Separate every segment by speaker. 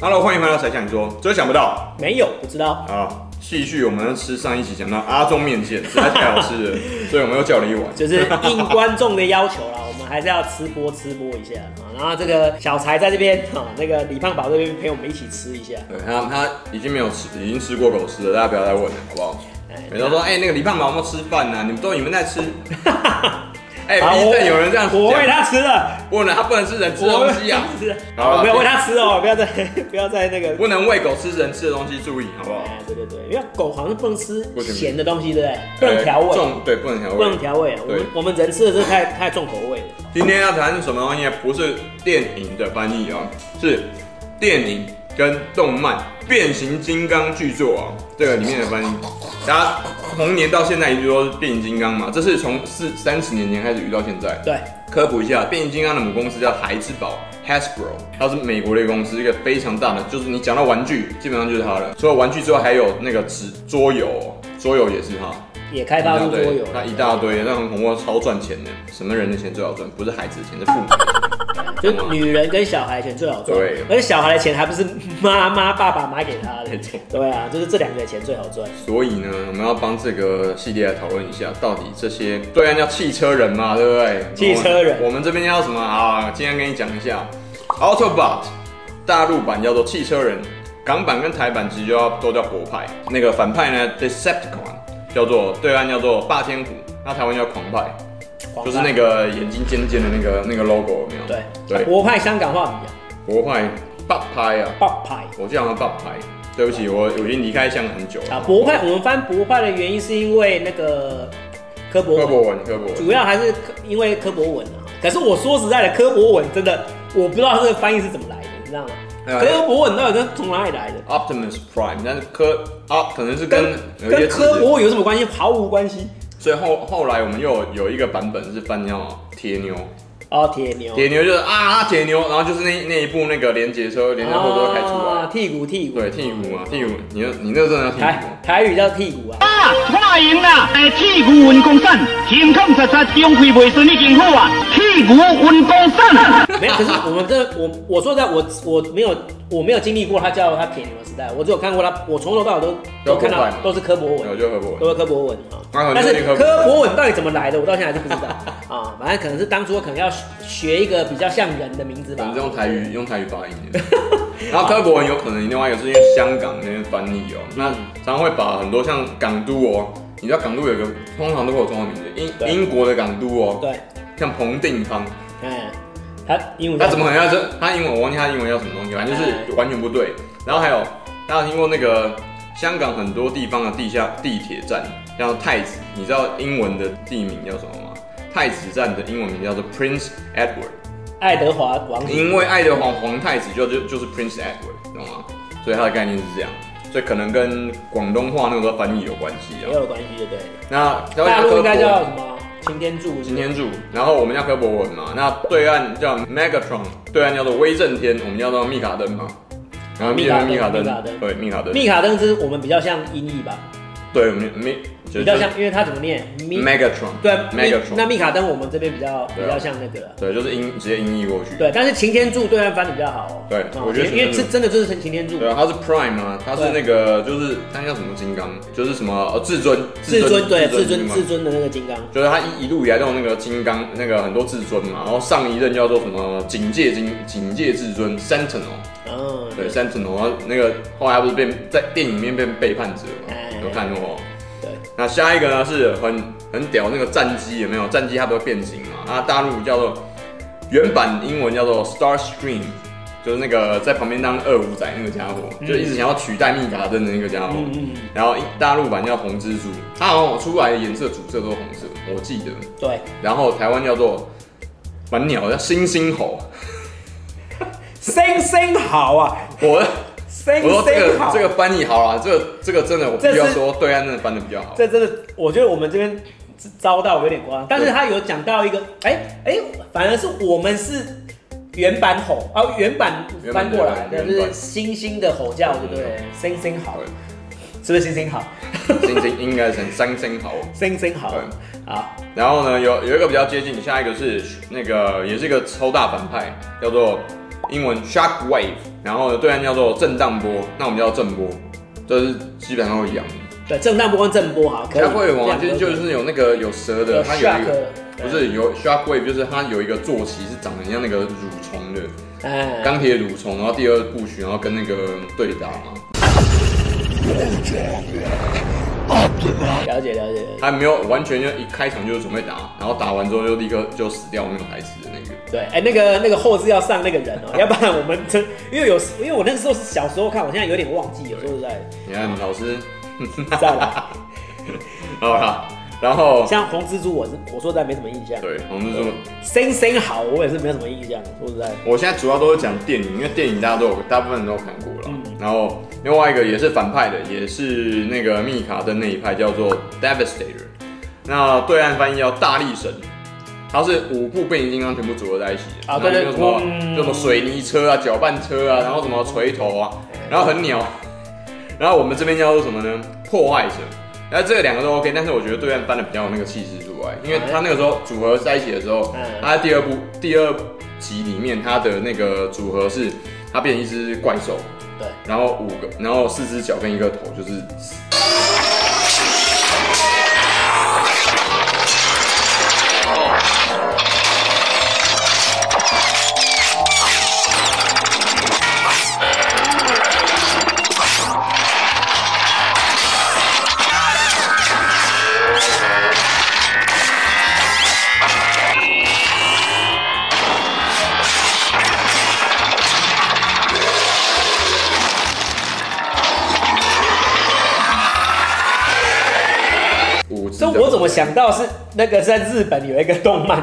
Speaker 1: Hello，欢迎回到才想说，真想不到
Speaker 2: 没有，不知道。
Speaker 1: 啊！继续我们要吃上一集讲到阿中面线，实在太好吃 了，所以我们又叫了一碗。
Speaker 2: 就是应观众的要求啦，我们还是要吃播吃播一下啊。然后这个小柴在这边啊，那个李胖宝这边陪我们一起吃一下。
Speaker 1: 对他，他已经没有吃，已经吃过狗食了，大家不要再问了，好不好？
Speaker 2: 哎
Speaker 1: 每次都说，哎、那个李胖宝有没有吃饭啊呢、你们都你们在 吃。哎、
Speaker 2: 好
Speaker 1: 欸，
Speaker 2: 我
Speaker 1: 对，有人这样
Speaker 2: 我
Speaker 1: 讲，
Speaker 2: 喂他吃了，
Speaker 1: 不能，他不能吃人吃的
Speaker 2: 我
Speaker 1: 东
Speaker 2: 喂
Speaker 1: 西啊，
Speaker 2: 他吃了，
Speaker 1: 好了
Speaker 2: 我没有喂他吃哦，不要再 不要再那个。
Speaker 1: 不能喂狗吃人吃的东西，注意好不好？
Speaker 2: 哎，对对对，因为狗好像不能吃
Speaker 1: 为什么
Speaker 2: 咸的东西，对不对？不能调
Speaker 1: 哎
Speaker 2: 味，
Speaker 1: 重对，不能调
Speaker 2: 不能
Speaker 1: 味。
Speaker 2: 调味啊。我
Speaker 1: 对
Speaker 2: 们我们人吃的是太太重口味了。
Speaker 1: 今天要谈什么东西？不是电影的翻译哦，是电影跟动漫《变形金刚》剧作哦，这个里面的翻译。大家童年到现在一直说是变形金刚嘛，这是从四三十年前开始遇到现在。
Speaker 2: 对，
Speaker 1: 科普一下，变形金刚的母公司叫孩之宝 （Hasbro），它是美国的一个公司，一个非常大的，就是你讲到玩具，基本上就是它了。除了玩具之外，还有那个纸桌游哦，桌游也是它。
Speaker 2: 也开发出桌游了，
Speaker 1: 那一大堆，那很恐怖，超赚钱的。什么人的钱最好赚？不是孩子的钱，是 父母的钱。
Speaker 2: 就女人跟小孩钱最好赚
Speaker 1: 对，
Speaker 2: 而且小孩的钱还不是妈妈爸爸买给他 的
Speaker 1: 没错，
Speaker 2: 对啊，就是这两个的钱最好赚。
Speaker 1: 所以呢，我们要帮这个系列来讨论一下，到底这些对岸叫汽车人嘛，对不对？
Speaker 2: 汽车人
Speaker 1: 我们这边叫什么啊？今天跟你讲一下，Autobot，大陆版叫做汽车人，港版跟台版其实就要都叫博派。那个反派呢，Decepticon，叫做对岸叫做霸天虎，那台湾叫狂派，
Speaker 2: 广
Speaker 1: 就是
Speaker 2: 大
Speaker 1: 那个眼睛尖尖的那个那个 logo 有没有？
Speaker 2: 对
Speaker 1: 对
Speaker 2: 国派香港话比较
Speaker 1: 博派霸派啊。
Speaker 2: 爆派
Speaker 1: 我叫他爆牌，对不起，我我已经离开香港很久了。
Speaker 2: 啊，博派我们翻博派的原因是因为那个科博
Speaker 1: 柯
Speaker 2: 文，
Speaker 1: 博文，柯博文，
Speaker 2: 主要还是科因为科博文啊。可是我说实在的，科博文真的我不知道这个翻译是怎么来的，你知道吗？
Speaker 1: 哎
Speaker 2: 科博文到底是从哪里来的？
Speaker 1: Optimus Prime，但是科啊，可能是跟
Speaker 2: 跟
Speaker 1: 有一些
Speaker 2: 跟
Speaker 1: 字
Speaker 2: 科博文有什么关系？毫无关系。
Speaker 1: 所以后后来我们又有有一个版本是翻叫铁牛，
Speaker 2: 哦，铁牛，
Speaker 1: 铁牛就是啊铁牛，然后就是那那一部那个连接车连接后都开出
Speaker 2: 啊
Speaker 1: 来，
Speaker 2: 剔骨剔骨，
Speaker 1: 对替补嘛替补，你那你那真的替补
Speaker 2: 台。台语叫剔骨 啊。
Speaker 3: 啊，我赢啦！诶，铁牛运功散，勤勤实实，中会袂顺你真好啊！铁牛运功散。
Speaker 2: 没有，可是我们这我我说实在，我我没有我没有经历过他叫他铁牛的时代，我只有看过他，我从头到尾都
Speaker 1: 都
Speaker 2: 都看
Speaker 1: 国外
Speaker 2: 到
Speaker 1: 嘛
Speaker 2: 都是柯博
Speaker 1: 我
Speaker 2: 文，
Speaker 1: 就柯博文，
Speaker 2: 都是柯博文啊。
Speaker 1: 啊
Speaker 2: 但
Speaker 1: 就是是柯博文
Speaker 2: 柯博文到底怎么来的，我到现在还是不知道 啊。反正可能是当初我可能要学一个比较像人的名字
Speaker 1: 可
Speaker 2: 吧
Speaker 1: 能是。用台语用台语发音的。 然后柯博文有可能另外一个是因为香港那边翻译哦，那
Speaker 2: 嗯
Speaker 1: 常常会把很多像港都哦，你知道港都有一个通常都会有中文名字，
Speaker 2: 对
Speaker 1: 英英国的港都哦，
Speaker 2: 对，
Speaker 1: 像彭定康，
Speaker 2: 哎，他英文
Speaker 1: 他怎么可能要这？他英文我忘记他英文叫什么东西，反正
Speaker 2: 哎
Speaker 1: 就是完全不对。然后还有大家听过那个香港很多地方的地下地铁站，像太子，你知道英文的地名叫什么吗？太子站的英文名叫做 Prince Edward。
Speaker 2: 爱德华王子
Speaker 1: 因为爱德华皇太子就就就是 Prince Edward，懂吗？所以它的概念是这样，所以可能跟广东话那个翻译有关系
Speaker 2: 也
Speaker 1: 啊。
Speaker 2: 有关系，对不对？
Speaker 1: 那
Speaker 2: 大陆应该
Speaker 1: 柯博
Speaker 2: 叫
Speaker 1: 文
Speaker 2: 什么？擎天柱是
Speaker 1: 擎
Speaker 2: 不是，
Speaker 1: 天柱，然后我们叫柯博文嘛，那对岸叫 Megatron，对岸叫做威震天，我们叫做密卡登嘛。然后密卡密
Speaker 2: 密
Speaker 1: 卡
Speaker 2: 卡登
Speaker 1: 登
Speaker 2: 密卡，登
Speaker 1: 对密卡登，
Speaker 2: 密卡登是我们比较像音译吧，
Speaker 1: 对我们密就
Speaker 2: 比较像，因为他怎么念？密
Speaker 1: Megatron，
Speaker 2: 对密那
Speaker 1: ，Megatron，
Speaker 2: 密卡登我们这边比较比
Speaker 1: 对啊
Speaker 2: 较像那个了。
Speaker 1: 对，就是音直接音译过去。
Speaker 2: 对，但是擎天柱对岸翻的比较好哦。
Speaker 1: 对
Speaker 2: 哦
Speaker 1: 我觉得
Speaker 2: 因为因
Speaker 1: 擎天
Speaker 2: 为
Speaker 1: 柱
Speaker 2: 这真的就是擎天柱，
Speaker 1: 对啊，他是 Prime 啊，他是那个就是他叫什么金刚，就是什么呃至尊，
Speaker 2: 至尊对至尊
Speaker 1: 嘛
Speaker 2: 至尊的那个金刚，
Speaker 1: 就是他一一路以来都有那个金刚，那个很多至尊嘛，然后上一任叫做什么警戒警警戒至尊 Sentinel，
Speaker 2: 嗯，
Speaker 1: 对 Sentinel，然后那个后来不是变在电影里面变背叛者嘛
Speaker 2: 哎，
Speaker 1: 有看过吗？
Speaker 2: 对，
Speaker 1: 那下一个呢是很很屌那个战机有没有？战机它不是变形嘛？啊，大陆叫做原版英文叫做 Starscream，就是那个在旁边当二五仔那个家伙，就一直想要取代密卡登的那个家伙。
Speaker 2: 嗯嗯嗯，
Speaker 1: 然后大陆版叫红蜘蛛，它好像出来的颜色主色都是红色，我记得。
Speaker 2: 对，
Speaker 1: 然后台湾叫做蛮鸟叫猩猩 猴，
Speaker 2: 生生好啊，
Speaker 1: 我
Speaker 2: 生
Speaker 1: 我说这个
Speaker 2: 生好，
Speaker 1: 这个翻译好啦，啊这个这个真的我必须要
Speaker 2: 这是
Speaker 1: 说对岸真的翻的比较好，
Speaker 2: 这真的，我觉得我们这边遭到有点夸张，但是他有讲到一个，哎哎，反而是我们是原版吼，啊原版翻过来的，
Speaker 1: 原版
Speaker 2: 就
Speaker 1: 原版
Speaker 2: 是星星的吼叫，对不对？生生好，是不是星星好？
Speaker 1: 猩猩应该成三星猴。
Speaker 2: 生生好啊
Speaker 1: 对，
Speaker 2: 好，
Speaker 1: 然后呢，有有一个比较接近，下一个是那个也是一个超大反派，叫做英文 shock wave，然后呢对岸叫做震荡波，那我们叫震波，这是基本上都一样的。
Speaker 2: 对，正荡波跟正波好，可以。
Speaker 1: 它会往
Speaker 2: 两
Speaker 1: 就
Speaker 2: 个
Speaker 1: 是就
Speaker 2: 都可以
Speaker 1: 是有那个有蛇的，
Speaker 2: 有
Speaker 1: 它有一
Speaker 2: shark
Speaker 1: 个
Speaker 2: 的
Speaker 1: 不是有 shark wave，就是它有一个坐骑是长得很像那个蠕虫的
Speaker 2: 哎，
Speaker 1: 钢铁蠕虫，然后第二部曲，然后跟那个对打嘛，
Speaker 2: 哎了解了解了解。
Speaker 1: 还没有完全就一开场就是准备打，然后打完之后就立刻就死掉那个台词的那个。
Speaker 2: 对，哎、那个那个后置要上那个人 哦、要不然我们真因为有时因为我那时候是小时候看，我现在有点忘记，有时候 实在
Speaker 1: 你看老师，
Speaker 2: 在啦。
Speaker 1: 好啦，然后
Speaker 2: 像红蜘蛛，我是我说实在没什么印象。
Speaker 1: 对，我们说。
Speaker 2: 森森好，我也是没有什么印象，说实在。
Speaker 1: 我现在主要都是讲电影，因为电影大家都有，大部分人都有看过
Speaker 2: 嗯
Speaker 1: 了。然后另外一个也是反派的，也是那个密卡登那一派，叫做 Devastator。那对岸翻译叫大力神，它是五部变形金刚全部组合在一起的。
Speaker 2: 啊对对
Speaker 1: 然后就什么
Speaker 2: 嗯
Speaker 1: 就什么水泥车啊、搅拌车啊，然后什么锤头啊，然后很鸟。 然后我们这边叫做什么呢？破坏者。那这两个都 OK，但是我觉得对岸翻的比较有那个气势出来，
Speaker 2: 啊
Speaker 1: 因为他那个时候组合在一起的时候，
Speaker 2: 嗯
Speaker 1: 哦他第二部第二集里面他的那个组合是，他变一只怪兽，
Speaker 2: 对，
Speaker 1: 然后五个，然后四只脚跟一个头，就是五只
Speaker 2: 所
Speaker 1: 脚。
Speaker 2: 以我怎么想到是那个在日本有一个动漫，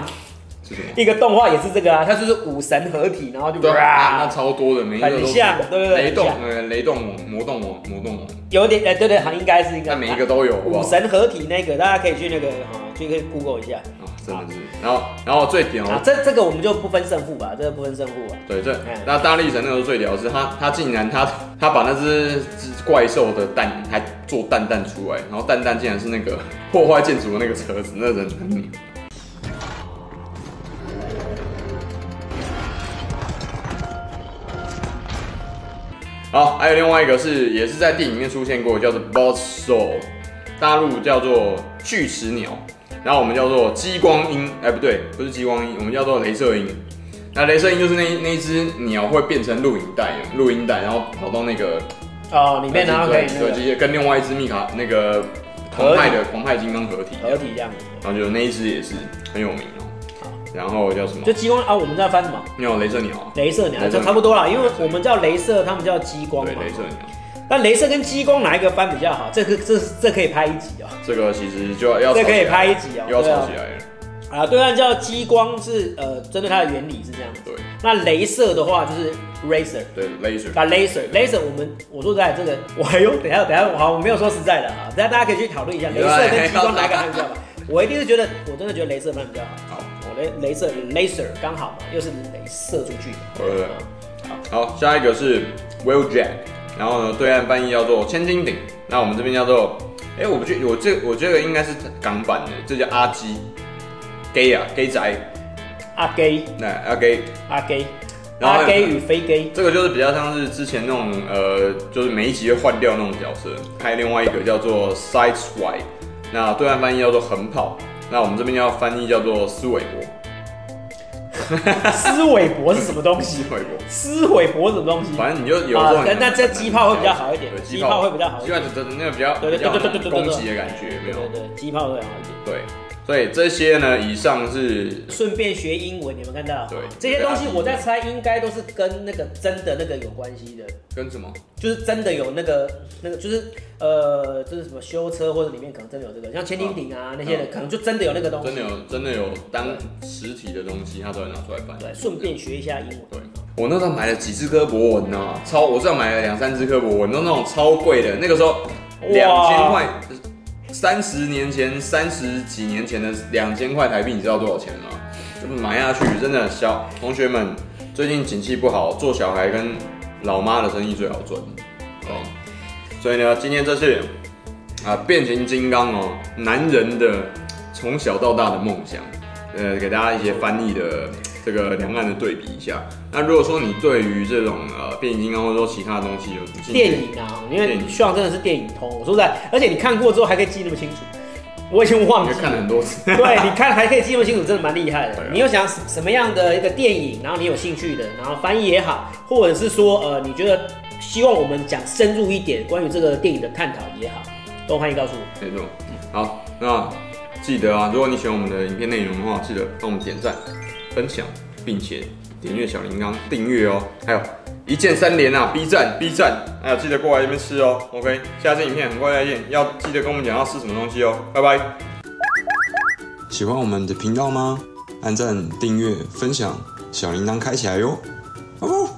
Speaker 1: 是什么？
Speaker 2: 一个动画也是这个啊，它就是武神合体，然后就
Speaker 1: 对啊，那
Speaker 2: 哇，
Speaker 1: 超多的，每一个都
Speaker 2: 很像对不对
Speaker 1: 雷动
Speaker 2: 很，像
Speaker 1: 呃，雷动王、魔动王、魔动王，
Speaker 2: 有点哎，对对，好像应该是一个，
Speaker 1: 那每一个都有，好不好
Speaker 2: 武神合体那个，大家可以去那个啊，去可以 Google 一下
Speaker 1: 啊，真的是。然后，然后最屌，
Speaker 2: 啊，这这个我们就不分胜负吧，这个不分胜负吧，
Speaker 1: 对，这
Speaker 2: 嗯
Speaker 1: 那大力神那时候最屌的是他，他竟然他他把那只只怪兽的蛋还做蛋蛋出来，然后蛋蛋竟然是那个破坏建筑的那个车子，那人很牛。好，还有另外一个是也是在电影里面出现过，叫做 Boss Soul，大陆叫做锯齿鸟，然后我们叫做激光鹰，哎、不对，不是激光鹰，我们叫做镭射鹰。那镭射鹰就是那一那一只鸟会变成录影带，录音带，然后跑到那个
Speaker 2: 哦，里面然后可以
Speaker 1: 对
Speaker 2: 那
Speaker 1: 对，
Speaker 2: 个
Speaker 1: 直接跟另外一只密卡那个
Speaker 2: 合
Speaker 1: 狂
Speaker 2: 体
Speaker 1: 派的狂派金刚合体，
Speaker 2: 合体这样子，
Speaker 1: 然后就那一只也是很有名
Speaker 2: 好
Speaker 1: 哦。然后叫什么
Speaker 2: 就？激光啊，我们在翻什么？
Speaker 1: 鸟镭射鸟啊，
Speaker 2: 镭
Speaker 1: 镭射
Speaker 2: 射鸟，就差不多啦，因为我们叫镭射，他们叫激光
Speaker 1: 对，
Speaker 2: 嘛。
Speaker 1: 镭射鸟。
Speaker 2: 那镭射跟激光哪一个翻比较好？这个这这可以拍一集哦。
Speaker 1: 这个其实就要要
Speaker 2: 这
Speaker 1: 吵起来
Speaker 2: 可以拍一集哦
Speaker 1: 又要
Speaker 2: 对啊
Speaker 1: 吵起来了。
Speaker 2: 啊，对岸叫激光是呃，针对它的原理是这样子。
Speaker 1: 对
Speaker 2: 那镭射的话就是 razor。
Speaker 1: 对，laser。
Speaker 2: 把 laser laser 我们我说实在这个，我还有等一下等一下，好，我没有说实在的啊，等一下大家可以去讨论一下，
Speaker 1: 对
Speaker 2: 镭射跟激光哪一个比较好？我一定是觉得，我真的觉得镭射反而比较好。
Speaker 1: 好，
Speaker 2: 我的镭射 laser 刚好嘛，又是镭射出去的。
Speaker 1: 呃，好，下一个是 Will Jack，然后呢，对岸翻译叫做千斤顶，那我们这边叫做，哎、我不觉我这我这个应该是港版的，这叫阿基，gay 啊，gay 宅，
Speaker 2: 阿 gay
Speaker 1: 那阿 gay，
Speaker 2: 阿 gay
Speaker 1: 然后
Speaker 2: 阿 gay 与 非 gay
Speaker 1: 这个就是比较像是之前那种呃，就是每一集会换掉那种角色。还有另外一个叫做 Side Swipe，那对岸翻译叫做横跑，那我们这边要翻译叫做思维博，
Speaker 2: 思维博是什么东西
Speaker 1: 思？维博。
Speaker 2: 思维博是什么东西？
Speaker 1: 反正你就有时候
Speaker 2: 啊
Speaker 1: 你
Speaker 2: 那这机炮会比较好一点
Speaker 1: 对
Speaker 2: 机炮会比较好一
Speaker 1: 机炮
Speaker 2: 点
Speaker 1: 对对对那个比较
Speaker 2: 对
Speaker 1: 比
Speaker 2: 对
Speaker 1: 较
Speaker 2: 对对对对对
Speaker 1: 攻击的感觉没
Speaker 2: 对
Speaker 1: 有
Speaker 2: 对对，机炮会好一点。
Speaker 1: 对，所以这些呢，以上是
Speaker 2: 顺便学英文，你们看到？
Speaker 1: 对啊
Speaker 2: 这些东西我在猜，应该都是跟那个真的那个有关系的，
Speaker 1: 跟什么？
Speaker 2: 就是真的有那个那个，就是呃，就是什么修车或者里面可能真的有这个，像千斤顶啊那些的，
Speaker 1: 嗯
Speaker 2: 可能就真的有那个东西。
Speaker 1: 真的有真的有当实体的东西，他都会拿出来翻。
Speaker 2: 对，顺便学一下英文。
Speaker 1: 对，我那时候买了几只科博文呢、啊超，我至少买了两三只科博文，都那种超贵的，那个时候两千块，三十年前、三十几年前的两千块台币，你知道多少钱吗？就买下去，真的小同学们，最近景气不好，做小孩跟老妈的生意最好赚。对，所以呢，今天这是啊、变形金刚哦，男人的从小到大的梦想。呃，给大家一些翻译的这个两岸的对比一下。那如果说你对于这种呃变形金刚或者说其他的东西有兴趣
Speaker 2: 电影啊，因
Speaker 1: 电
Speaker 2: 为
Speaker 1: 影
Speaker 2: 旭阳真的是电影通，我说实在，而且你看过之后还可以记那么清楚，我已经忘
Speaker 1: 因为
Speaker 2: 记
Speaker 1: 看了
Speaker 2: 了
Speaker 1: 很。多次，
Speaker 2: 对，你看还可以记那么清楚，真的蛮厉害
Speaker 1: 对啊
Speaker 2: 的。你又想什什么样的一个电影，然后你有兴趣的，然后翻译也好，或者是说呃，你觉得希望我们讲深入一点关于这个电影的探讨也好，都欢迎告诉我。
Speaker 1: 没错。好，那记得啊，如果你喜欢我们的影片内容的话，记得帮我们点赞、分享，并且点阅小铃铛订阅哦。还有一键三连啊，B 站 B 站，还有记得过来这边吃哦。OK，下次影片很快再见，要记得跟我们讲要吃什么东西哦。拜拜。喜欢我们的频道吗？按赞、订阅、分享，小铃铛开起来哟。哦。